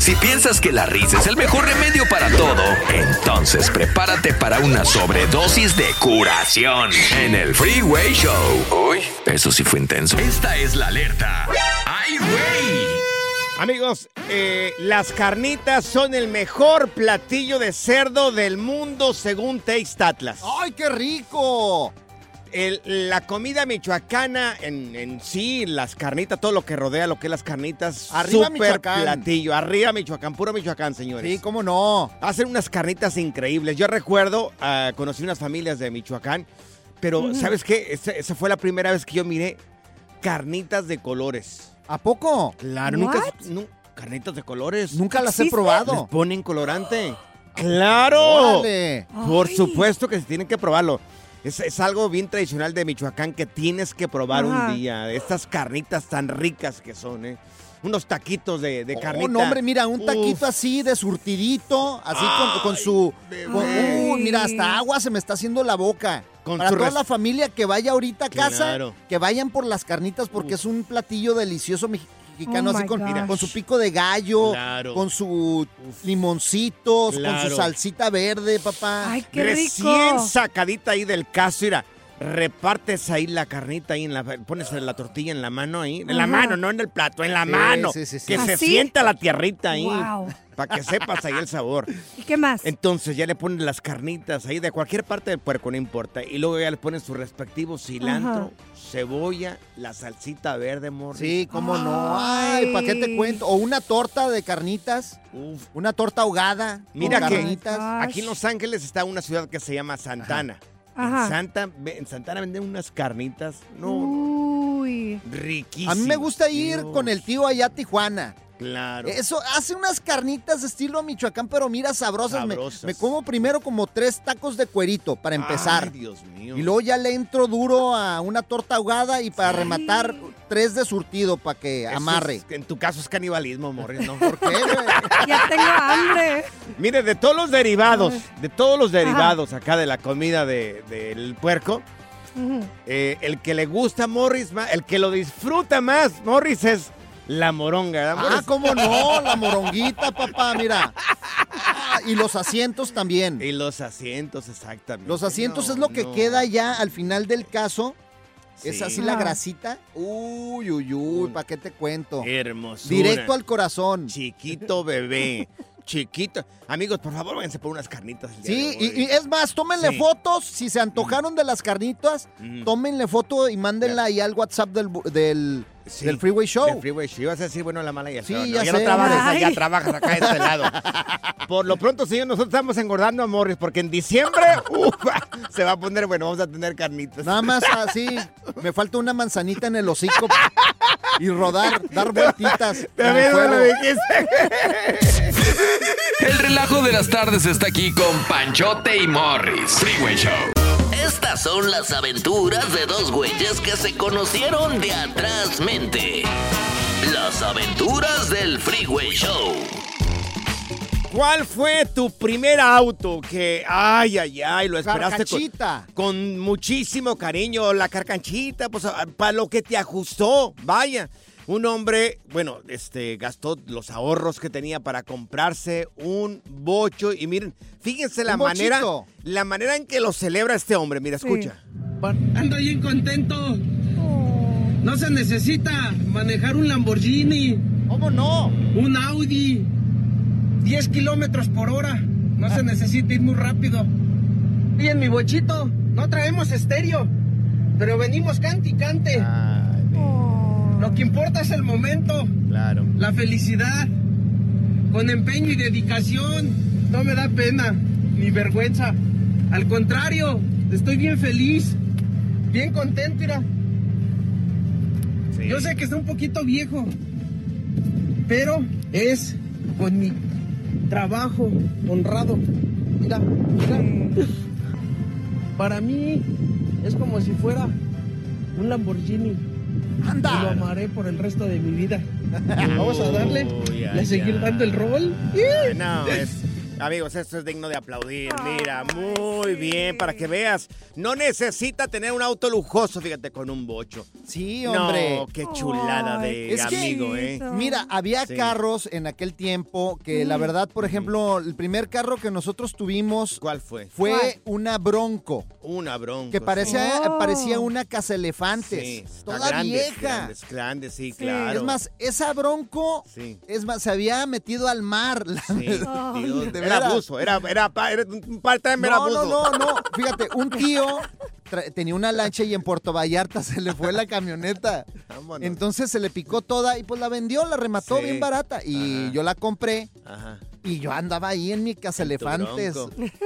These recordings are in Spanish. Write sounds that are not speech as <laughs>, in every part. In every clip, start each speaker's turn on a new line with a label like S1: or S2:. S1: Si piensas que la risa es el mejor remedio para todo, entonces prepárate para una sobredosis de curación en el Freeway Show. Uy, eso sí fue intenso. Esta es la alerta. ¡Ay, güey!
S2: <laughs> Amigos, eh, las carnitas son el mejor platillo de cerdo del mundo según Taste Atlas.
S3: ¡Ay, qué rico!
S2: El- la comida michoacana en, en sí, las carnitas, todo lo que rodea lo que es las carnitas.
S3: Arriba
S2: súper
S3: Michoacán.
S2: platillo. Arriba Michoacán, puro Michoacán, señores.
S3: Sí, cómo no.
S2: Hacen unas carnitas increíbles. Yo recuerdo, ah, conocí unas familias de Michoacán, pero ¿sabes qué? Esa, esa fue la primera vez que yo miré carnitas de colores.
S3: ¿A poco?
S2: Claro, nunca, nu- carnitas de colores.
S3: Nunca las he
S4: ¿Existe?
S2: Les
S3: probado.
S2: ponen
S3: <gasps>
S2: colorante.
S3: ¡Oh!
S2: ¡Claro!
S3: Órale.
S2: Por
S4: Ay.
S2: supuesto que se tienen que probarlo. Es, es algo bien tradicional de Michoacán que tienes que probar
S4: Ajá.
S2: un día. Estas carnitas tan ricas que son, ¿eh? Unos taquitos de, de carnita.
S3: Oh, no, hombre, mira, un
S2: Uf.
S3: taquito así de surtidito, así con, con su... con-
S4: bebé.
S3: Uy, mira, hasta agua se me está haciendo la boca.
S2: Con
S3: Para
S2: su
S3: toda
S2: res-
S3: la familia que vaya ahorita a casa,
S2: Claro.
S3: que vayan por las carnitas porque es un platillo delicioso mexi- mexicano,
S4: Oh
S3: así
S4: my
S3: con,
S4: gosh.
S3: con su pico de gallo,
S2: Claro.
S3: con su limoncito, con
S2: Claro.
S3: su salsita verde, papá.
S4: Ay, qué rico.
S2: Recién sacadita ahí del caso, mira. Repartes ahí la carnita ahí en la pones la tortilla en la mano ahí, en la
S4: Ajá.
S2: mano, no en el plato, en la
S3: Sí,
S2: mano,
S3: sí, sí, sí.
S2: que se
S4: ¿Así?
S2: sienta la tierrita ahí,
S4: Wow.
S2: para que sepas ahí el
S4: <laughs>
S2: sabor.
S4: ¿Y qué más?
S2: Entonces ya le ponen las carnitas ahí de cualquier parte del puerco, no importa, y luego ya le ponen su respectivo cilantro, cebolla, la salsita verde, morri.
S3: Sí, cómo no. Ay,
S4: Ay.
S3: ¿para qué te cuento? O una torta de carnitas,
S2: Uf.
S3: una torta ahogada.
S2: Mira
S3: con
S2: que-
S3: carnitas.
S2: Aquí en Los Ángeles está una ciudad que se llama Santana. En,
S4: Ajá. Uh.
S2: Santa, en Santana venden unas carnitas, no,
S4: Uy.
S2: riquísimas.
S3: A mí me gusta ir
S2: Dios.
S3: con el tío allá a Tijuana.
S2: Claro.
S3: Eso hace unas carnitas de estilo Michoacán, pero mira, sabrosas. Me-
S2: Sabrosas.
S3: Me, como primero como tres tacos de cuerito para empezar.
S2: Ay, Dios mío.
S3: y luego ya le entro duro a una torta ahogada y para rematar tres de surtido para que
S2: Eso <laughs>
S3: amarre.
S2: es- en tu caso es canibalismo, Morris,
S3: <laughs>
S2: ¿no?
S3: ¿Por qué, güey?
S4: Ya tengo hambre.
S2: Mire, de todos los derivados, de todos los derivados acá de la comida de- del puerco,
S4: Ujú.
S2: eh, el que le gusta a Morris, ma- el que lo disfruta más, Morris, es la moronga. ¿verdad,
S3: ah,
S2: Morris?
S3: cómo no, la moronguita, papá,
S2: <laughs>
S3: mira. Ah, y los asientos también.
S2: Y los asientos, exactamente.
S3: Los asientos
S2: No,
S3: es lo que
S2: no.
S3: queda ya al final del caso. Es
S2: Sí.
S3: así la
S4: Ah.
S3: grasita. Uy, uy, uy, ¿para qué te cuento?
S2: Hermosura.
S3: Directo al corazón. Sí,
S2: Chiquito bebé. Chiquito. Amigos, por favor, váyanse por unas carnitas. el día de hoy.
S3: y, y es más, tómenle
S2: Sí.
S3: fotos. Si se antojaron de las carnitas,
S2: Mm.
S3: tómenle foto y mándenla ahí al WhatsApp del, bu- del,
S2: Sí,
S3: del Freeway Show.
S2: del Freeway Show. Ibas a decir, bueno, la mala y el
S3: Sí,
S2: feo, ¿no?
S3: ya
S2: ya no
S3: sé.
S2: trabajas
S4: Ay.
S2: allá, trabajas acá de este lado. Por lo pronto, señor, nosotros estamos engordando a Morris porque en diciembre <laughs> ufa, se va a poner, bueno, vamos a tener carnitas.
S3: Nada más
S2: <laughs>
S3: así. me falta una manzanita en el hocico y rodar,
S2: <laughs>
S3: dar vueltitas. en el
S2: También me lo
S3: fuego.
S2: dijiste.
S1: El relajo de las tardes está aquí con Panchote y Morris. Freeway Show.
S5: Estas son las aventuras de dos güeyes que se conocieron de atrás mente. Las aventuras del Freeway Show.
S2: ¿Cuál fue tu primer auto que, ay, ay, ay, lo esperaste con,
S3: Carcachita.
S2: con muchísimo cariño? La carcanchita, pues, para lo que te ajustó, vaya. Un hombre, bueno, este, gastó los ahorros que tenía para comprarse un bocho. Y miren, fíjense la
S3: Un
S2: manera,
S3: bochito.
S2: la manera en que lo celebra este hombre. Mira,
S4: Sí.
S2: escucha.
S6: Ando bien contento. No se necesita manejar un Lamborghini,
S3: ¿Cómo no?
S6: un Audi, 10 kilómetros por hora. No se necesita ir muy rápido. Y en mi bochito no traemos estéreo, pero venimos cante y cante.
S2: Ah.
S6: Lo que importa es el momento,
S2: claro.
S6: la felicidad. Con empeño y dedicación, no me da pena ni vergüenza. Al contrario, estoy bien feliz, bien contento, mira. Yo sé que está un poquito viejo, pero es con mi trabajo honrado. Mira, mira. Para mí Es como si fuera un Lamborghini. Y lo
S3: ¡Anda!
S6: amaré por el resto de mi
S2: <laughs>
S6: vida. Vamos a darle
S2: Uy,
S6: y a
S2: ay,
S6: seguir
S2: ay.
S6: dando el rol.
S2: Ay, No, es- Amigos, esto es digno de aplaudir. Mira, muy bien, para que veas. No necesita tener un auto lujoso, fíjate, con un bocho.
S3: Sí, hombre.
S2: No, qué chulada
S4: Ay,
S2: de
S3: Es que-
S2: amigo, ¿eh?
S4: Eso.
S3: Mira, había
S2: Sí.
S3: carros en aquel tiempo que la verdad, por ejemplo, el primer carro que nosotros tuvimos
S2: ¿Cuál fue?
S3: fue
S4: ¿Cuál?
S3: una Bronco,
S2: Una bronca.
S3: que parecía,
S4: Oh.
S3: parecía una casa elefantes, toda vieja.
S2: Grandes, grandes, sí, claro.
S3: Es más, esa Bronco,
S2: Sí.
S3: es más, se había metido al mar. la
S2: Sí,
S3: verdad.
S4: Ay.
S2: Dios,
S3: De
S2: era
S3: veras.
S2: abuso, era, era, pa- era un part-time, era
S3: No,
S2: abuso.
S3: no, no, no. Fíjate, un tío tra- tenía una lancha y en Puerto Vallarta se le fue la camioneta.
S2: Vámonos.
S3: Entonces se le picó toda y pues la vendió, la remató
S2: Sí.
S3: bien barata. Y
S2: Ajá.
S3: yo la compré
S2: Ajá.
S3: y yo andaba ahí en mi casa elefantes.
S2: bronco. En tu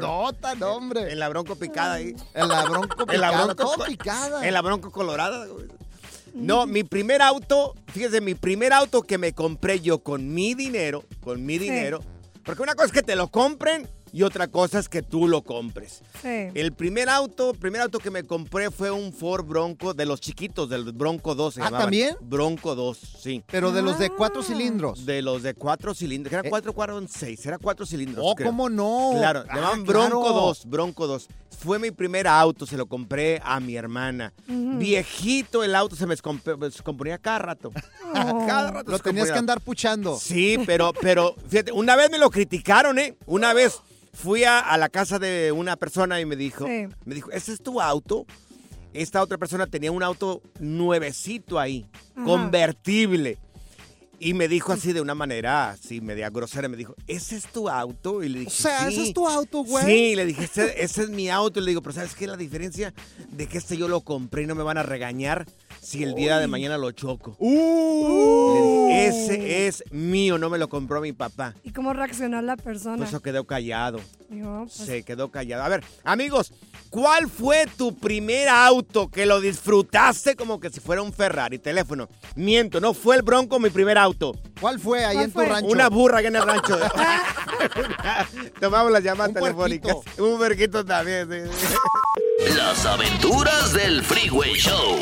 S3: <laughs> Grandota, no, hombre.
S2: En la bronco picada ahí.
S3: En la bronco picada,
S2: En la bronco,
S3: todo picada.
S2: en la bronco colorada. güey. No, mi primer auto, fíjese, mi primer auto que me compré yo con mi dinero, con mi dinero, porque una cosa es que te lo compren y otra cosa es que tú lo compres.
S4: Sí.
S2: El primer auto, primer auto que me compré fue un Ford Bronco de los chiquitos, del Bronco 2. se
S3: Ah,
S2: llamaban.
S3: ¿también?
S2: Bronco 2, sí.
S3: Pero de los de cuatro
S4: Ah.
S3: cilindros.
S2: De los de cuatro cilindros, que era
S3: Eh.
S2: cuatro, cuatro, eran seis, era cuatro cilindros.
S3: Oh,
S2: creo.
S3: ¿cómo no?
S2: Claro,
S3: Ah,
S2: llamaban
S3: claro.
S2: Bronco 2, Bronco 2. Fue mi primer auto, se lo compré a mi hermana. Viejito el auto, se me descomp- me descomponía cada
S3: <laughs>
S2: rato.
S4: Oh.
S2: Cada rato
S3: Lo
S2: se
S3: tenías
S2: descomponía.
S3: que andar puchando.
S2: Sí, pero, pero, fíjate, una vez me lo criticaron, ¿eh? Una vez fui a, a la casa de una persona y me dijo,
S4: Sí.
S2: me dijo, ¿ese es tu auto? Esta otra persona tenía un auto nuevecito ahí,
S4: Ajá.
S2: convertible. Y me
S3: Mm.
S2: dijo así de una manera, así media grosera, me dijo, ¿ese es tu auto? Y le
S3: O
S2: dije,
S3: sea,
S2: "Sí".
S3: ese es tu auto, güey.
S2: Sí, le dije, ese, ese es mi auto. Y le digo, pero ¿sabes qué? es La diferencia de que este yo lo compré y no me van a regañar si el día de mañana lo choco.
S3: Uh.
S2: Le dije, ese es mío, no me lo compró mi papá.
S4: ¿Y cómo reaccionó la persona?
S2: Por eso quedó callado.
S4: Digo, pues,
S2: Se quedó callado. A ver, amigos, ¿cuál fue tu primer auto que lo disfrutaste como que si fuera un Ferrari? Teléfono. Miento, no fue el Bronco mi primer auto.
S3: ¿Cuál fue ahí
S4: ¿Cuál
S3: en tu
S4: fue?
S3: rancho?
S2: Una burra que en el rancho.
S3: <laughs>
S2: Tomamos las llamadas
S3: Un
S2: telefónicas.
S3: puerquito.
S2: Un verguito también. sí, sí.
S5: Las aventuras del Freeway Show.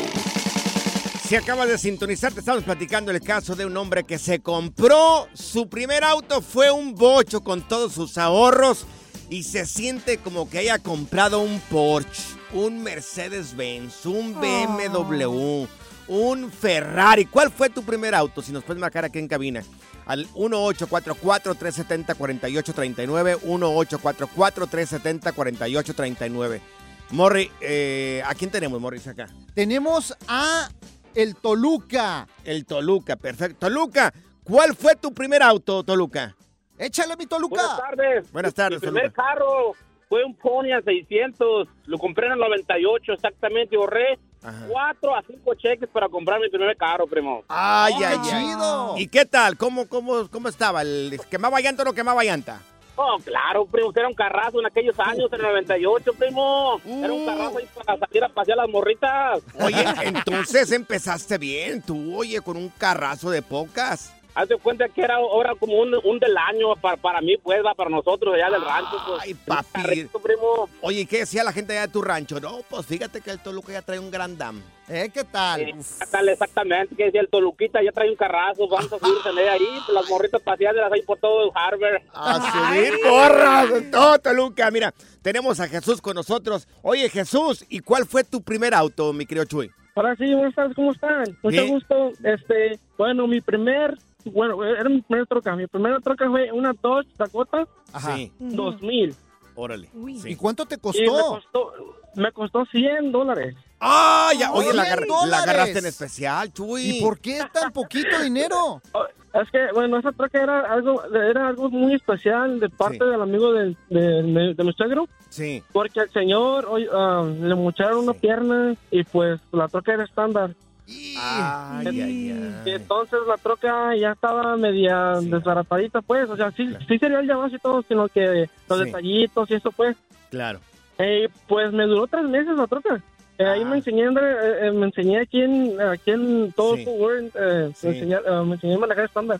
S2: Si acabas de sintonizar, te estamos platicando el caso de un hombre que se compró su primer auto, fue un bocho con todos sus ahorros y se siente como que haya comprado un Porsche, un Mercedes-Benz, un BMW, un Ferrari. ¿Cuál fue tu primer auto? Si nos puedes marcar aquí en cabina. Al 1844-370-4839, 1844-370-4839. Morri, eh, ¿a quién tenemos, Morris, acá?
S3: Tenemos a el Toluca.
S2: El Toluca, perfecto. Toluca, ¿cuál fue tu primer auto, Toluca?
S3: Échale mi
S7: Buenas
S3: Toluca.
S7: tardes.
S2: Buenas tardes,
S7: Mi primer
S2: Toluca.
S7: carro fue un Pony a 600. Lo compré en el 98 exactamente. Ahorré
S2: Ajá.
S7: cuatro a cinco cheques para comprar mi primer carro, primo.
S2: Ay,
S3: ¡Qué chido!
S2: ¿Y qué tal? ¿Cómo, cómo, cómo estaba? ¿El ¿Quemaba llanta o no quemaba llanta?
S7: Oh, claro, primo. Era un carrazo en aquellos años, en el 98, primo. Era
S2: Uh.
S7: un carrazo ahí para salir a pasear las morritas.
S2: Oye, entonces empezaste bien, tú, oye, con un carrazo de pocas.
S7: Haz de cuenta que era ahora como un, un del año para, para mí, pues, va, para nosotros allá del rancho. Pues,
S2: Ay,
S7: Un
S2: papi.
S7: carrito, primo.
S2: Oye, ¿y qué decía la gente allá de tu rancho? No, pues fíjate que el Toluca ya trae un gran dam.
S3: ¿Eh? ¿Qué tal? Uf.
S7: Exactamente, exactamente, que decía el Toluquita, ya trae un carrazo, vamos a subirse en ella ahí, pues, las morritas paseándolas ahí por todo el Harvard.
S2: A subir gorras, todo Toluca. Mira, tenemos a Jesús con nosotros. Oye, Jesús, ¿y cuál fue tu primer auto, mi querido Chuy?
S8: Ahora sí, buenas tardes, ¿cómo están? Mucho
S2: Bien.
S8: gusto. Este, bueno, mi primer, bueno, era mi primer troca. Mi primera troca fue una Dodge Dakota
S3: Ajá.
S2: Sí,
S4: ujú.
S8: 2000.
S2: órale.
S4: Uy.
S2: sí.
S3: ¿Y cuánto te
S8: Y me
S3: costó?
S8: costó, me costó 100 dólares.
S2: ¡Ah! ya! Oye, la,
S3: ¡Cien
S2: agarra-
S3: dólares!
S2: la agarraste en especial, Chuy.
S3: ¿Y por qué tan poquito dinero?
S8: Oh, Es que, bueno, esa troca era algo, era algo muy especial de parte
S2: Sí.
S8: del amigo del- de, de, de mi suegro,
S2: Sí.
S8: porque al señor oye, ah, le mocharon una
S2: Sí.
S8: pierna y pues la troca era estándar.
S3: Y-
S2: Ay, ay,
S8: Y
S2: ay.
S8: entonces la troca ya estaba media
S2: Sí.
S8: desbaratadita, pues. O sea, sí,
S2: Claro.
S8: sí sería el llamado y todo, sino que los
S2: Sí.
S8: detallitos y eso, pues.
S2: Claro.
S8: Eh, pues me duró tres meses la troca. Eh, ahí
S2: Ah.
S8: me enseñé, eh, eh, me enseñé aquí en, aquí en todo
S2: Sí.
S8: Fort Worth, eh,
S2: Sí.
S8: me, enseñé, eh, me enseñé a manejar estándar.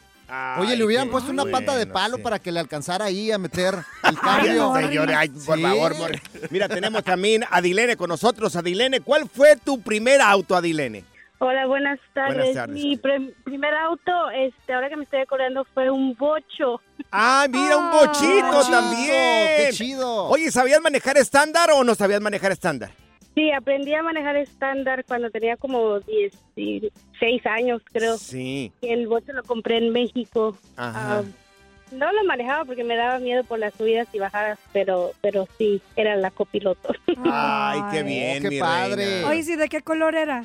S3: Oye, le hubieran
S2: qué
S3: puesto una pata de
S2: bueno,
S3: palo
S2: sí.
S3: para que le alcanzara ahí
S2: <laughs>
S3: a meter el
S2: Ay,
S3: cambio.
S2: señores, ay, por
S3: Sí.
S2: favor, por- Mira, tenemos también a Adilene con nosotros. Adilene, ¿cuál fue tu primer auto, Adilene?
S8: Hola, buenas tardes.
S2: Buenas tardes.
S8: Mi pre- primer auto, este, ahora que me estoy acordando, fue un bocho.
S2: Ah, mira, un
S4: Ah,
S2: bochito
S4: bochito,
S2: también.
S3: ¡Qué chido!
S2: Oye, ¿sabías manejar estándar o no sabías manejar estándar?
S8: Sí, aprendí a manejar estándar cuando tenía como 16 años, creo.
S2: Sí.
S8: El bocho lo compré en México.
S2: Ajá.
S8: Ah, no lo manejaba porque me daba miedo por las subidas y bajadas, pero, pero sí, era la copiloto. <laughs>
S2: Ay, qué bien,
S3: qué
S2: mi
S3: padre.
S2: reina.
S4: Oye, sí, ¿de qué color era?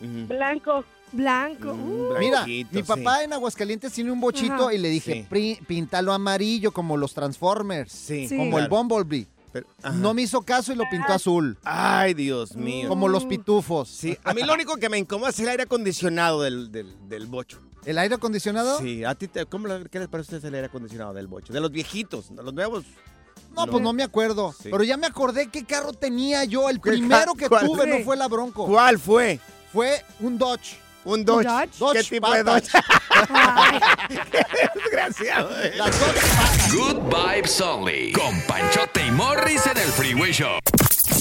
S2: Ujú.
S8: Blanco.
S4: Blanco.
S2: Mm,
S4: Uh,
S3: Mira,
S2: blanquito,
S3: mi
S2: sí.
S3: papá en Aguascalientes tiene un bochito
S4: Ajá.
S3: y le dije,
S2: Sí.
S3: "Pri- píntalo amarillo como los Transformers,
S2: Sí,
S4: Sí. Ah.
S3: como el
S2: claro.
S3: Bumblebee.
S2: Pero- ajá.
S3: No me hizo caso y lo pintó azul,
S2: Ay, Dios mío.
S3: como
S4: Mm.
S3: los pitufos.
S2: Sí, a mí lo único que me incomoda es el aire acondicionado del, del, del bocho.
S3: ¿El aire acondicionado?
S2: Sí, a ti, te, ¿cómo le- qué les parece a ustedes el aire acondicionado del bocho? De los viejitos, de los nuevos.
S3: No, pues no me acuerdo.
S2: Sí.
S3: Pero ya me acordé qué carro tenía yo. El
S2: ¿Qué
S3: primero
S2: ca-
S3: que
S2: cuál?
S3: tuve
S4: Sí.
S3: no fue la Bronco.
S2: ¿Cuál fue?
S3: Fue un Dodge.
S2: ¿Un Dodge?
S4: Dodge?
S2: ¿Qué
S3: Dodge
S2: tipo de
S3: Pata.
S2: Dodge? <laughs> Desgraciado. eh.
S3: La Dodge.
S9: Good vibes only. Con Panchote y Morris en el Freeway Show.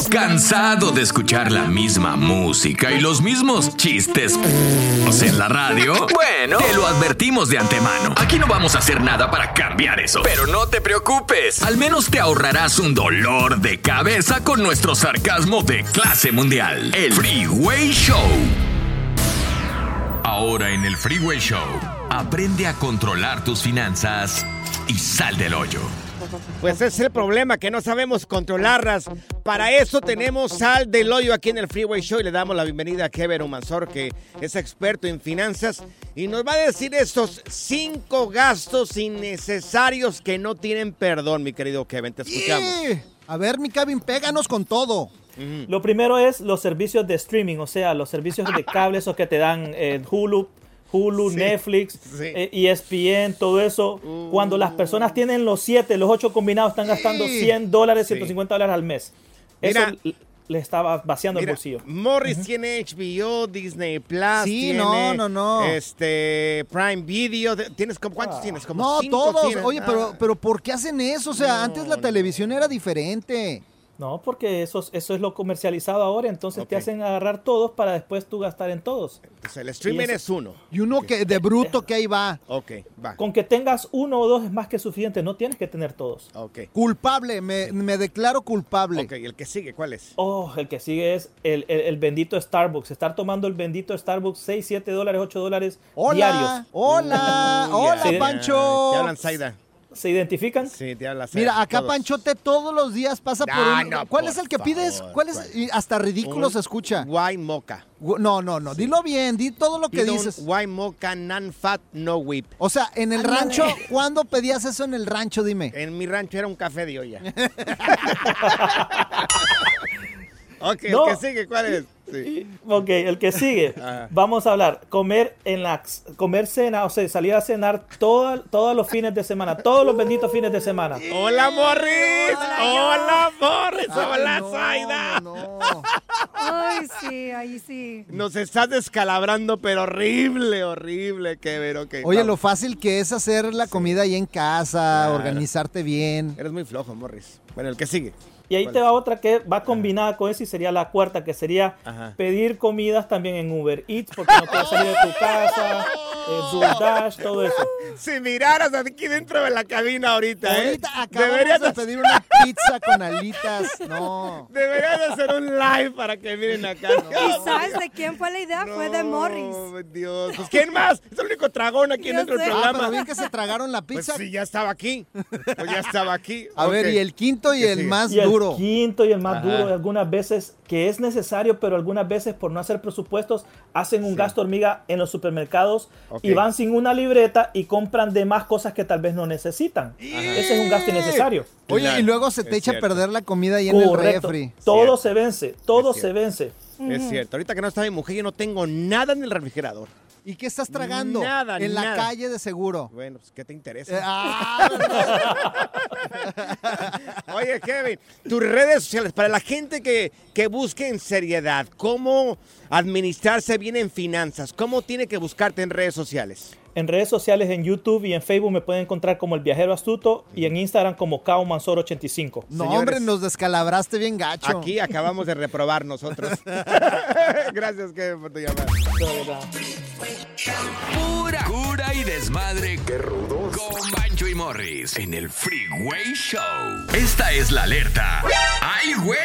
S9: ¿Cansado de escuchar la misma música y los mismos chistes en la radio? Bueno, te lo advertimos de antemano. Aquí no vamos a hacer nada para cambiar eso. Pero no te preocupes. Al menos te ahorrarás un dolor de cabeza con nuestro sarcasmo de clase mundial. El Freeway Show. Ahora en el Freeway Show, aprende a controlar tus finanzas y sal del hoyo.
S2: Pues ese es el problema, que no sabemos controlarlas. Para eso tenemos Sal del Hoyo aquí en el Freeway Show y le damos la bienvenida a Kevin Omanzor, que es experto en finanzas y nos va a decir estos cinco gastos innecesarios que no tienen perdón, mi querido Kevin. Te escuchamos.
S3: Yeah. A ver, mi Kevin, péganos con todo.
S10: Lo primero es los servicios de streaming, o sea, los servicios de cable, esos que te dan eh, Hulu, Hulu, Netflix, eh, ESPN, todo eso.
S2: Uh.
S10: Cuando las personas tienen los 7, los 8 combinados, están gastando 100 dólares, 150 dólares al mes. Eso
S2: Mira.
S10: l- les estaba vaciando
S2: Mira,
S10: el bolsillo.
S2: Morris tiene HBO, Disney Plus,
S3: Sí,
S2: tiene,
S3: no, no, no. Ah.
S2: este Prime Video, de- tienes como cuántos tienes, como
S3: No,
S2: cinco
S3: todos.
S2: tienes.
S3: Oye,
S2: Ah.
S3: pero, pero ¿por qué hacen eso? O sea, antes la televisión era diferente.
S10: No, porque eso, es- eso es lo comercializado ahora, entonces te
S2: Ok.
S10: hacen agarrar todos para después tú gastar en todos.
S2: O sea, el streaming
S10: eso-
S2: es uno.
S3: Y uno que de bruto que ahí va.
S2: Ok, va.
S10: Con que tengas uno o dos es más que suficiente, no tienes que tener todos.
S2: Ok.
S3: Culpable, me, me declaro culpable.
S2: Ok, ¿y el que sigue cuál es?
S10: Oh, el que sigue es el, el- el bendito Starbucks. Estar tomando el bendito Starbucks 6, 7 dólares, 8 dólares
S3: Hola,
S10: diarios.
S3: hola,
S2: Uy,
S3: hola,
S2: ya,
S10: Sí.
S3: Pancho.
S2: Te hablan Zaida.
S10: ¿Se identifican?
S2: Sí, te hablan Zaida.
S3: Mira, acá
S2: Todos.
S3: Panchote todos los días pasa por
S2: Ah,
S3: un...
S2: no,
S3: ¿Cuál
S2: por
S3: es el que pides?
S2: favor,
S3: ¿Cuál es?
S2: ¿cuál?
S3: Y hasta ridículo
S2: Un
S3: se escucha.
S2: Guay moca.
S3: Gu- No, no, no. Dilo bien, di todo lo que
S2: Pido un
S3: dices.
S2: Guay moca, nan fat, no whip.
S3: O sea, en el rancho, ¿cuándo pedías eso en el rancho? Dime.
S2: En mi rancho era un café de
S3: <laughs>
S2: olla. ok,
S10: No.
S2: el que sigue, ¿cuál es? Sí.
S10: Ok, el que sigue.
S2: <laughs> Ajá.
S10: Vamos a hablar. Comer en la comer cena, o sea, salir a cenar toda- todos los fines de semana, todos los benditos fines de semana.
S2: ¡Hola, Morris! ¡Hola, Morris!
S3: Ay,
S2: ¡Hola,
S3: no,
S2: Zaida!
S3: no, no.
S4: Ay, sí, ahí
S2: <laughs>
S4: sí.
S2: Nos estás descalabrando, pero horrible, horrible, Kevin. ok,
S3: Oye,
S2: vamos.
S3: lo fácil que es hacer la comida ahí en casa, organizarte bien.
S2: Eres muy flojo, Morris. Bueno, el que sigue.
S10: Y ahí
S2: ¿Cuál
S10: te
S2: es?
S10: va otra que va combinada con eso y sería la cuarta, que sería
S2: Ajá.
S10: pedir comidas también en Uber Eats porque no puedes salir de tu casa, eh, DoorDash, todo eso.
S2: Si miraras aquí dentro de la cabina ahorita, ¿eh?
S3: Ahorita acabamos
S2: deberías,
S3: de pedir una pizza con alitas. No.
S2: deberías de hacer un live para que miren acá.
S4: <laughs> ¿Y sabes de quién fue la idea? fue de Morris.
S2: No, Dios. Pues, ¿Quién más? Es el único tragón aquí
S4: Ya
S2: dentro del
S4: sé.
S3: Ah,
S2: programa.
S3: pero bien que se tragaron la
S2: Pues
S3: pizza.
S2: sí, ya estaba aquí. Pues ya estaba aquí.
S3: <laughs> A ver,
S2: Ok.
S3: y el quinto y
S2: ¿Qué
S3: el
S2: sigue?
S3: más
S10: y el
S3: duro.
S10: quinto y el más
S2: Ajá.
S10: duro algunas veces que es necesario pero algunas veces por no hacer presupuestos hacen un gasto hormiga en los supermercados
S2: Ok.
S10: y van sin una libreta y compran de más cosas que tal vez no necesitan ese es un gasto innecesario
S3: Oye,
S2: Claro,
S3: y luego se te
S2: es
S3: echa
S2: cierto.
S3: a perder la comida ahí en
S10: correcto
S3: el refri.
S10: todo
S2: Cierto.
S10: se vence todo
S2: Es
S10: se
S2: cierto.
S10: vence
S2: Es cierto. Ahorita que no está mi mujer, yo no tengo nada en el refrigerador.
S3: ¿Y qué estás tragando?
S2: Nada,
S3: En
S2: nada.
S3: la calle de seguro.
S2: Bueno, pues, ¿qué te
S3: Eh,
S2: interesa? <laughs>
S3: ah,
S2: Oye, Kevin, tus redes sociales, para la gente que, que busque en seriedad, ¿cómo administrarse bien en finanzas? ¿Cómo tiene que buscarte en redes sociales?
S10: En redes sociales, en YouTube y en Facebook me pueden encontrar como El Viajero Astuto y en Instagram como Cao Mansor 85.
S3: No, hombre, nos descalabraste bien gacho.
S2: Aquí acabamos de reprobar nosotros. Gracias, Kevin, por tu llamada.
S1: Pura cura y desmadre. Qué rudos. Con Bancho y Morris en el Freeway Show. Esta es la alerta. ¡Ay, güey!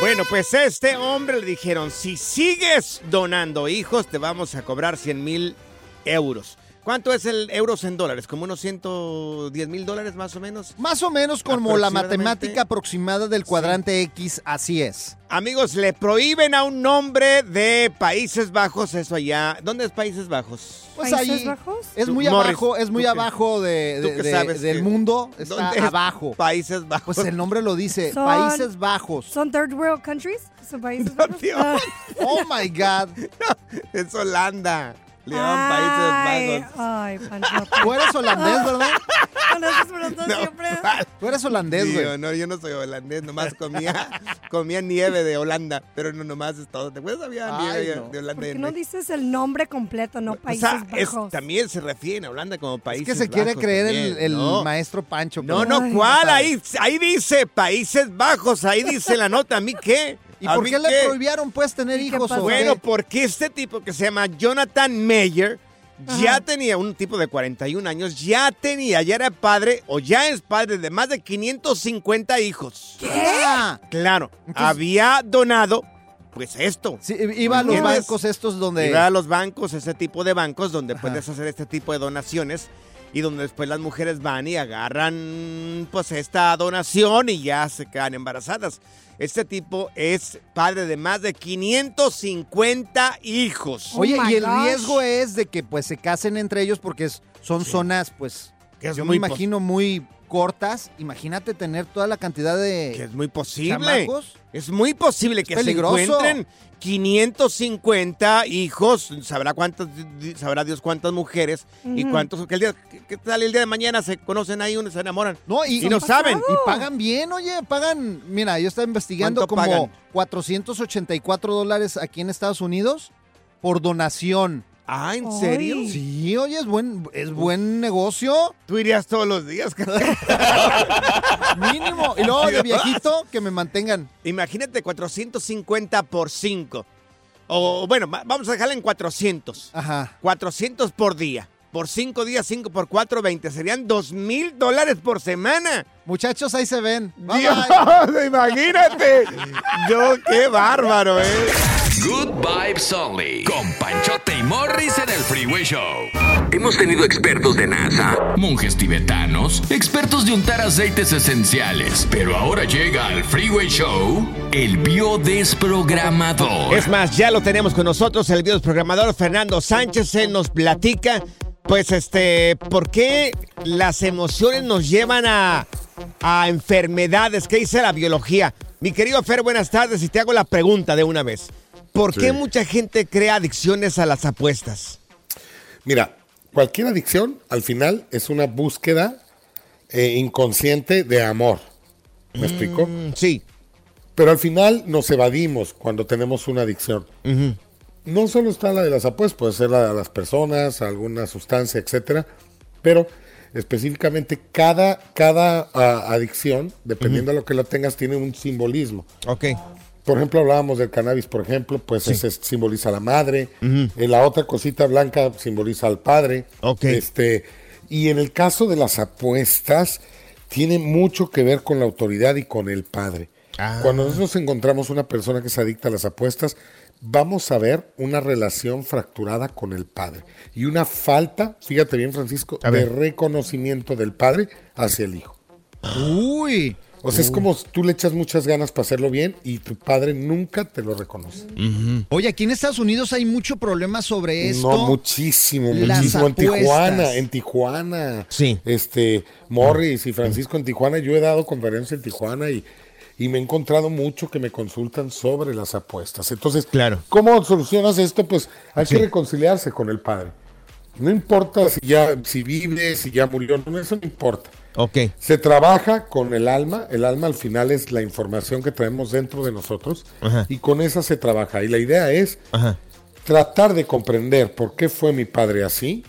S2: Bueno, pues a este hombre le dijeron, si sigues donando hijos, te vamos a cobrar 100 mil euros. ¿Cuánto es el euros en dólares? ¿Como unos 110 mil dólares más o menos?
S3: Más o menos como la
S2: Aproximadamente.
S3: matemática aproximada del cuadrante X, así es.
S2: Amigos, le prohíben a un hombre de Países Bajos eso allá. ¿Dónde es Países Bajos?
S3: Pues
S4: ¿Países
S3: ahí
S4: Bajos?
S3: es
S2: Tú,
S3: muy
S2: Morris,
S3: abajo, es
S2: ¿tú
S3: muy
S2: qué?
S3: abajo de-
S2: ¿Tú
S3: de-
S2: qué
S3: de-
S2: sabes
S3: del
S2: que-
S3: mundo, está
S2: <laughs> ¿Dónde es
S3: abajo.
S2: Países Bajos.
S3: Pues el nombre lo dice,
S4: Son-
S3: Países Bajos.
S4: ¿Son third world countries? ¿Son países bajos?
S2: tío.
S4: <laughs> Ah.
S3: Oh my God.
S2: <laughs> Es Holanda. Le
S4: Ay,
S2: llaman Países Bajos.
S4: Ay, Pancho.
S3: Tú eres
S4: <laughs>
S3: holandés, ¿verdad?
S4: Con esas preguntas siempre.
S2: <laughs>
S3: Tú eres holandés,
S2: Digo,
S3: güey.
S2: no, yo no soy holandés, nomás comía, <laughs> comía nieve de Holanda, pero no nomás es todo. ¿Te acuerdas? Había
S3: Ay,
S2: nieve
S3: no.
S2: de
S4: ¿Por
S2: Holanda. y
S4: qué
S2: de
S4: no
S2: México.
S4: dices el nombre completo, no
S2: O
S4: Países
S2: sea, es-
S4: Bajos?
S2: también se refiere a Holanda como
S3: Es
S2: Países
S3: que se quiere
S2: Bajos
S3: creer el,
S2: también,
S3: el
S2: ¿no?
S3: maestro Pancho.
S2: No,
S3: pero-
S2: no, ¿cuál? Ahí, ahí dice Países Bajos, ahí dice la nota. ¿A mí qué?
S3: ¿Y
S2: ¿A
S3: por
S2: mí
S3: qué le prohibieron, pues, tener
S4: ¿Y qué
S3: hijos? o
S4: pasó?
S2: Bueno,
S3: qué?
S2: porque este tipo que se llama Jonathan Mayer ya tenía un tipo de 41 años, ya tenía, ya era padre o ya es padre de más de 550 hijos.
S3: Ah,
S2: Claro, había donado pues esto.
S3: sí, iba a los
S2: ¿Entiendes?
S3: bancos estos donde...
S2: Y va a los bancos, ese tipo de bancos donde puedes hacer este tipo de donaciones y donde después las mujeres van y agarran pues esta donación y ya se quedan embarazadas. Este tipo es padre de más de 550 hijos.
S3: Oye,
S4: Oh my
S3: y el
S4: gosh.
S3: riesgo es de que pues se casen entre ellos porque es- son zonas, pues,
S2: Que es
S3: yo
S2: muy
S3: me imagino muy cortas. Imagínate tener toda la cantidad
S2: Que
S3: de
S2: es muy posible.
S3: chamacos.
S2: Es muy posible que se
S3: peligroso.
S2: encuentren 550 hijos. Sabrá cuántas, sabrá Dios cuántas mujeres y
S4: Ujú.
S2: cuántos. Que el día, que- que tal el día de mañana se conocen ahí, uno se enamoran.
S3: No, y,
S2: Y no saben.
S3: y pagan bien, oye, pagan, mira, yo estaba investigando
S2: ¿Cuánto
S3: como
S2: pagan?
S3: 484 dólares aquí en Estados Unidos por donación.
S2: Ah, ¿en
S4: Ay.
S2: serio?
S3: Sí, oye, es buen, es buen negocio,
S2: Tú irías todos los días.
S4: <laughs>
S2: carnal.
S3: mínimo. Y luego de viejito, que me mantengan.
S2: Imagínate 450 por 5. O bueno, va- vamos a dejarla en 400.
S3: Ajá.
S2: 400 por día. Por 5 días, 5 por 4, 20. Serían 2 mil dólares por semana.
S3: Muchachos, ahí se ven. Bye,
S2: Dios,
S3: bye.
S2: <laughs> imagínate. Yo, qué bárbaro, ¿eh?
S1: Good vibes only. Con Panchote y Morris en el Freeway Show. Hemos tenido expertos de NASA, monjes tibetanos, expertos de untar aceites esenciales. Pero ahora llega al Freeway Show el biodesprogramador.
S2: Es más, ya lo tenemos con nosotros, el biodesprogramador Fernando Sánchez. Él nos platica, pues, este, por qué las emociones nos llevan a, a enfermedades. ¿Qué dice la biología? Mi querido Fer, buenas tardes y te hago la pregunta de una vez. ¿Por qué mucha gente crea adicciones a las apuestas?
S9: Mira, cualquier adicción al final es una búsqueda eh, inconsciente de amor. ¿Me explico?
S2: Mm, Sí.
S9: Pero al final nos evadimos cuando tenemos una adicción. No solo está la de las apuestas, puede ser la de las personas, alguna sustancia, etcétera, pero específicamente cada, cada ah, adicción, dependiendo de lo que la tengas, tiene un simbolismo.
S2: Ok.
S9: Por ejemplo, hablábamos del cannabis, por ejemplo, pues ese simboliza a la madre. Eh, la otra cosita blanca simboliza al padre.
S2: Ok.
S9: Este, y en el caso de las apuestas, tiene mucho que ver con la autoridad y con el padre.
S2: Ah.
S9: Cuando nosotros encontramos una persona que se adicta a las apuestas, vamos a ver una relación fracturada con el padre y una falta, fíjate bien Francisco,
S2: A
S9: de
S2: ver.
S9: reconocimiento del padre hacia el hijo.
S3: Uy.
S9: O sea, es como si tú le echas muchas ganas para hacerlo bien y tu padre nunca te lo reconoce.
S3: Oye, aquí en Estados Unidos hay mucho problema sobre esto.
S9: No, muchísimo,
S3: Las
S9: muchísimo. En
S3: apuestas.
S9: Tijuana, en Tijuana.
S2: Sí.
S9: Este, Morris y Francisco en Tijuana. Yo he dado conferencia en Tijuana y, y me he encontrado mucho que me consultan sobre las apuestas. Entonces,
S2: Claro.
S9: ¿cómo solucionas esto? Pues hay
S2: Sí.
S9: que reconciliarse con el padre. No importa si ya, si vive, si ya murió, no, eso no importa.
S2: Ok.
S9: Se trabaja con el alma. El alma al final es la información que traemos dentro de nosotros.
S2: Ajá.
S9: Y con esa se trabaja. Y la idea es tratar de comprender por qué fue mi padre así,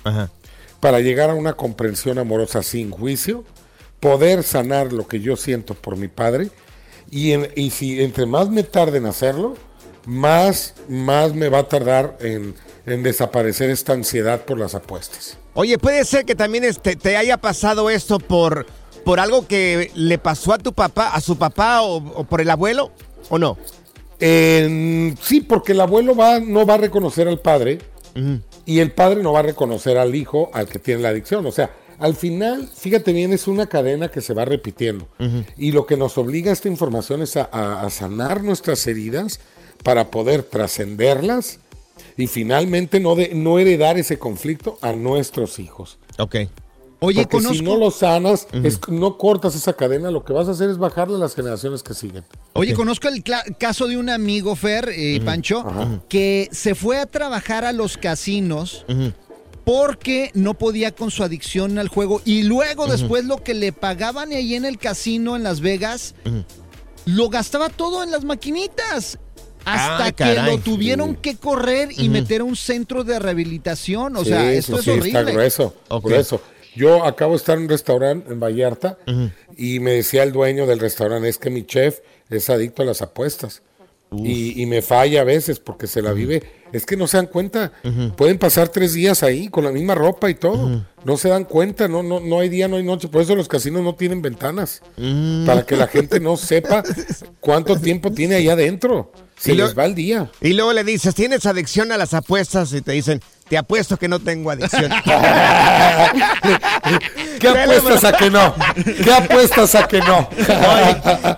S9: para llegar a una comprensión amorosa sin juicio, poder sanar lo que yo siento por mi padre, y, en- y si entre más me tarde en hacerlo, más, más me va a tardar en, en desaparecer esta ansiedad por las apuestas.
S2: Oye, puede ser que también este, te haya pasado esto por, por algo que le pasó a tu papá, a su papá o, o por el abuelo, ¿o no?
S9: En- sí, porque el abuelo va, no va a reconocer al padre y el padre no va a reconocer al hijo al que tiene la adicción. O sea, al final, fíjate bien, es una cadena que se va repitiendo. Y lo que nos obliga esta información es a, a- a sanar nuestras heridas para poder trascenderlas y finalmente no, de- no heredar ese conflicto a nuestros hijos.
S2: Ok.
S9: Oye, Porque si
S3: conozco-
S9: no lo sanas,
S3: Ujú.
S9: es- no cortas esa cadena, lo que vas a hacer es bajarla a las generaciones que siguen.
S3: Oye, conozco el cla- caso de un amigo, Fer y Pancho, que se fue a trabajar a los casinos porque no podía con su adicción al juego. Y luego, después, lo que le pagaban ahí en el casino en Las Vegas, lo gastaba todo en las maquinitas. Hasta
S2: Ah,
S3: que
S2: caray.
S3: lo tuvieron que correr y
S9: Ujú.
S3: meter a un centro de rehabilitación. O
S9: Sí,
S3: sea,
S9: sí,
S3: esto es
S9: sí,
S3: horrible.
S9: Está grueso,
S3: Ok.
S9: grueso. Yo acabo de estar en un restaurante en Vallarta y me decía el dueño del restaurante, es que mi chef es adicto a las apuestas. Y, y me falla a veces porque se la vive. Es que no se dan cuenta. Pueden pasar tres días ahí con la misma ropa y todo. No se dan cuenta. No, no, no hay día, no hay noche. Por eso los casinos no tienen ventanas.
S11: Mm.
S9: Para que la
S11: <laughs>
S9: gente no sepa cuánto tiempo tiene ahí adentro. Se
S2: Y
S11: Eh,
S2: lo-
S9: les va el día.
S2: Y luego le dices, ¿tienes adicción a las apuestas? Y te dicen, te apuesto que no tengo adicción.
S9: <laughs>
S2: <laughs>
S9: ¿Qué apuestas a que no? ¿Qué apuestas a que no?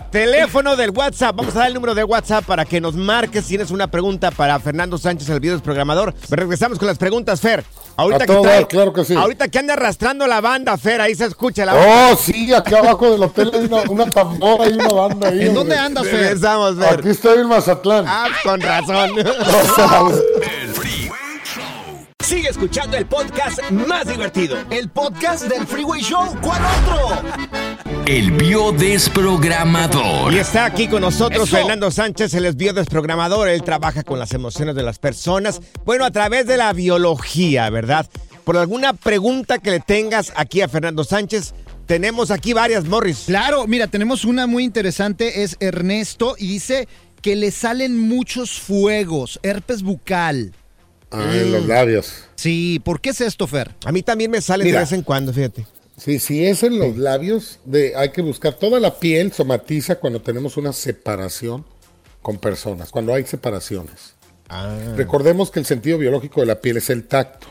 S2: Teléfono del WhatsApp. Vamos a dar el número de WhatsApp para que nos marques si tienes una pregunta para Fernando Sánchez, el video programador. pues, Regresamos con las preguntas, Fer. Ahorita
S9: A todo
S2: trae-
S9: dar, claro que sí.
S2: Ahorita que anda arrastrando la banda, Fer, ahí se escucha la
S9: Oh, sí, aquí abajo del hotel hay una, una tambora y una banda ahí.
S2: ¿En dónde
S9: hombre.
S2: andas, Fer? Regresamos, Fer.
S9: Aquí estoy en Mazatlán.
S2: Ah, con razón.
S12: Sigue escuchando el podcast más divertido.
S3: El podcast del Freeway Show. ¿Cuál otro?
S11: El biodesprogramador.
S2: Y está aquí con nosotros Fernando Sánchez, el desvío desprogramador. Él trabaja con las emociones de las personas. Bueno, a través de la biología, ¿verdad? Por alguna pregunta que le tengas aquí a Fernando Sánchez, tenemos aquí varias, Morris.
S3: Claro, mira, tenemos una muy interesante, es Ernesto, y dice que le salen muchos fuegos, herpes bucal.
S9: Ah, en los labios.
S3: Sí, ¿por qué es esto, Fer?
S2: A mí también me sale
S9: Mira.
S2: de vez en cuando, fíjate.
S9: Sí, si es en los labios, de, hay que buscar. Toda la piel somatiza cuando tenemos una separación con personas, cuando hay separaciones.
S2: Ah,
S9: Recordemos que el sentido biológico de la piel es el tacto.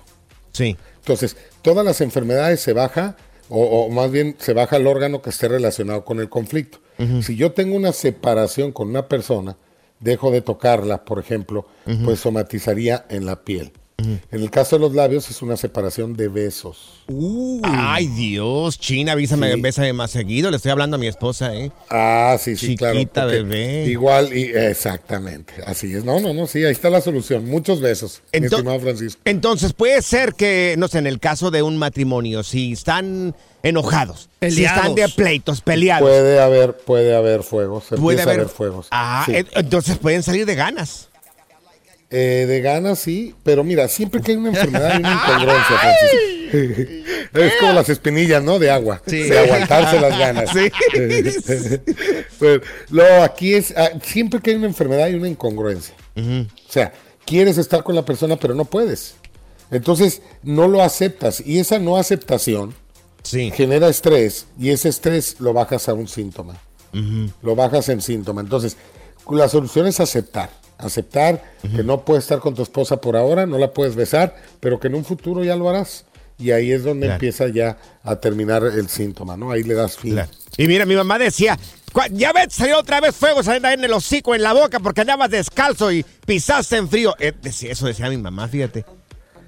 S2: Sí.
S9: Entonces, todas las enfermedades se baja, o, o más bien se baja el órgano que esté relacionado con el conflicto. Si yo tengo una separación con una persona, dejo de tocarla, por ejemplo, pues somatizaría en la piel. En el caso de los labios es una separación de besos.
S2: Ay, Dios, China, avísame,
S9: Sí.
S2: bésame más seguido. Le estoy hablando a mi esposa, ¿eh?
S9: Ah, sí, sí, claro.
S2: Chiquita,
S9: porque
S2: bebé.
S9: Igual, y, exactamente. Así es. No, no, no, sí, ahí está la solución. Muchos besos, mi
S2: Ento-
S9: estimado Francisco.
S2: Entonces puede ser que, no sé, en el caso de un matrimonio, si están enojados, si están de
S9: Peleados.
S2: pleitos, peleados.
S9: Puede haber, puede haber fuegos. Se
S2: Puede
S9: puede
S2: haber-
S9: haber, fuegos.
S2: Ah,
S9: Sí.
S2: en- entonces pueden salir de ganas.
S9: Eh, de ganas sí, pero mira, siempre que hay una enfermedad hay una incongruencia, Francisco. Es como las espinillas, ¿no? De agua.
S3: Sí.
S9: De aguantarse las ganas.
S3: Sí.
S9: Pero, no, aquí es, ah, siempre que hay una enfermedad hay una incongruencia. O sea, quieres estar con la persona, pero no puedes. Entonces, no lo aceptas. Y esa no aceptación genera estrés. Y ese estrés lo bajas a un síntoma lo bajas en síntoma. Entonces, la solución es aceptar. Aceptar que no puedes estar con tu esposa por ahora, no la puedes besar, pero que en un futuro ya lo harás. Y ahí es donde
S2: Claro.
S9: empieza ya a terminar el síntoma, ¿no? Ahí le das fin.
S2: Y mira, mi mamá decía, "Cua- ya ves, salió otra vez fuego saliendo ahí en el hocico, en la boca, porque andabas descalzo y pisaste en frío. Eh, decía- Eso decía mi mamá, fíjate.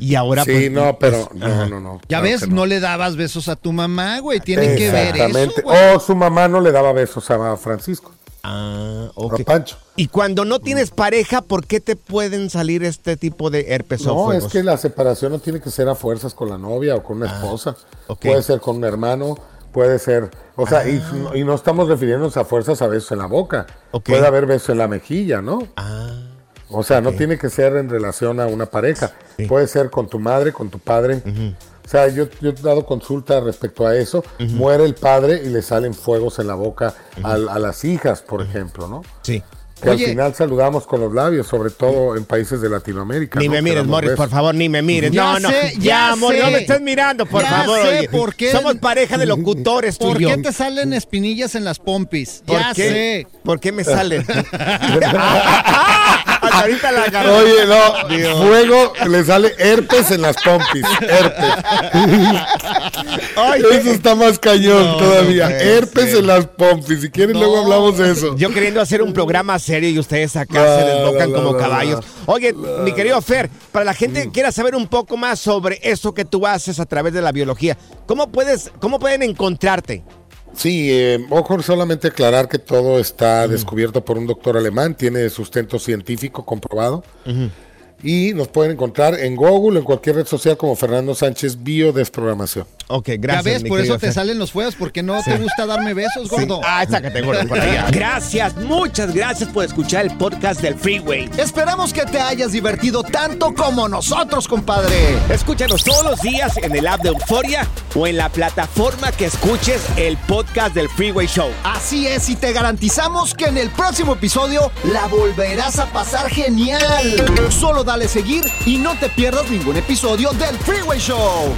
S2: Y ahora
S9: Sí,
S2: pues,
S9: no, pero
S2: pues,
S9: no,
S2: ajá.
S9: no, no.
S3: Ya
S9: claro
S3: ves,
S9: que
S3: no.
S9: no.
S3: le dabas besos a tu mamá, güey. Tienen que ver eso.
S9: Exactamente. O su mamá no le daba besos a Francisco.
S2: Ah,
S9: A Pancho.
S2: Y cuando no tienes pareja, ¿por qué te pueden salir este tipo de herpes o
S9: No, es
S2: fuegos? Ah,
S9: que la separación no tiene que ser a fuerzas con la novia o con una esposa. Puede ser con un hermano, puede ser. O sea, y,
S2: Ah.
S9: y
S2: Ah,
S9: no estamos refiriéndonos a fuerzas a besos en la boca. Puede haber besos en la mejilla, ¿no?
S8: O sea, no tiene que ser en relación a una pareja. Puede ser con tu madre, con tu padre. O sea, yo, yo he dado consulta respecto a eso. Muere el padre y le salen fuegos en la boca al- a, las hijas, por ejemplo, ¿no?
S2: Sí.
S8: Que
S2: Oye.
S8: al final saludamos con los labios, sobre todo en países de Latinoamérica.
S2: Ni
S8: ¿no?
S2: me
S8: Que
S2: mires,
S8: damos
S2: Morris,
S8: besos.
S2: por favor, ni me mires.
S8: Ya
S2: no, no,
S8: sé,
S2: ya,
S8: ya
S2: amor,
S8: sé.
S2: no me estés mirando, por
S3: Ya
S2: favor.
S3: sé
S2: oye.
S3: por qué-
S2: Somos pareja de locutores, tú
S3: ¿Por
S2: y yo.
S3: qué te salen espinillas en las pompis? ya
S2: qué?
S3: sé.
S2: ¿Por qué me
S8: <laughs>
S2: salen? Hasta ahorita la agarré.
S8: Oye, no, fuego le sale herpes en las pompis. Herpes. eso está más cañón
S2: No,
S8: todavía.
S2: no puede
S8: herpes en las pompis. Si quieren, luego hablamos de eso.
S2: Yo queriendo hacer un programa serio y ustedes acá
S8: No,
S2: se desbocan
S8: no,
S2: como
S8: no, Mm. no,
S2: caballos. Oye, mi querido Fer, para la gente que quiera saber un poco más sobre eso que tú haces a través de la biología, ¿cómo puedes, cómo pueden encontrarte?
S8: Sí, eh, ojo, solamente aclarar que todo está descubierto por un doctor alemán, tiene sustento científico comprobado. Y nos pueden encontrar en Google, en cualquier red social como Fernando Sánchez Biodesprogramación.
S2: Ok,
S3: Ya
S2: gracias.
S3: ves,
S2: mi
S3: por
S2: querido
S3: eso te
S2: Fer.
S3: salen los fuegos, porque no te gusta darme besos,
S2: Sí.
S3: gordo.
S2: Ah, sácate, gordo, por
S3: <laughs>
S2: allá.
S13: Gracias, muchas gracias por escuchar el podcast del Freeway.
S3: Esperamos que te hayas divertido tanto como nosotros, compadre.
S13: Escúchanos todos los días en el app de Euforia o en la plataforma que escuches el podcast del Freeway Show.
S3: Así es, y te garantizamos que en el próximo episodio la volverás a pasar genial. Solo dale seguir y no te pierdas ningún episodio del Freeway Show.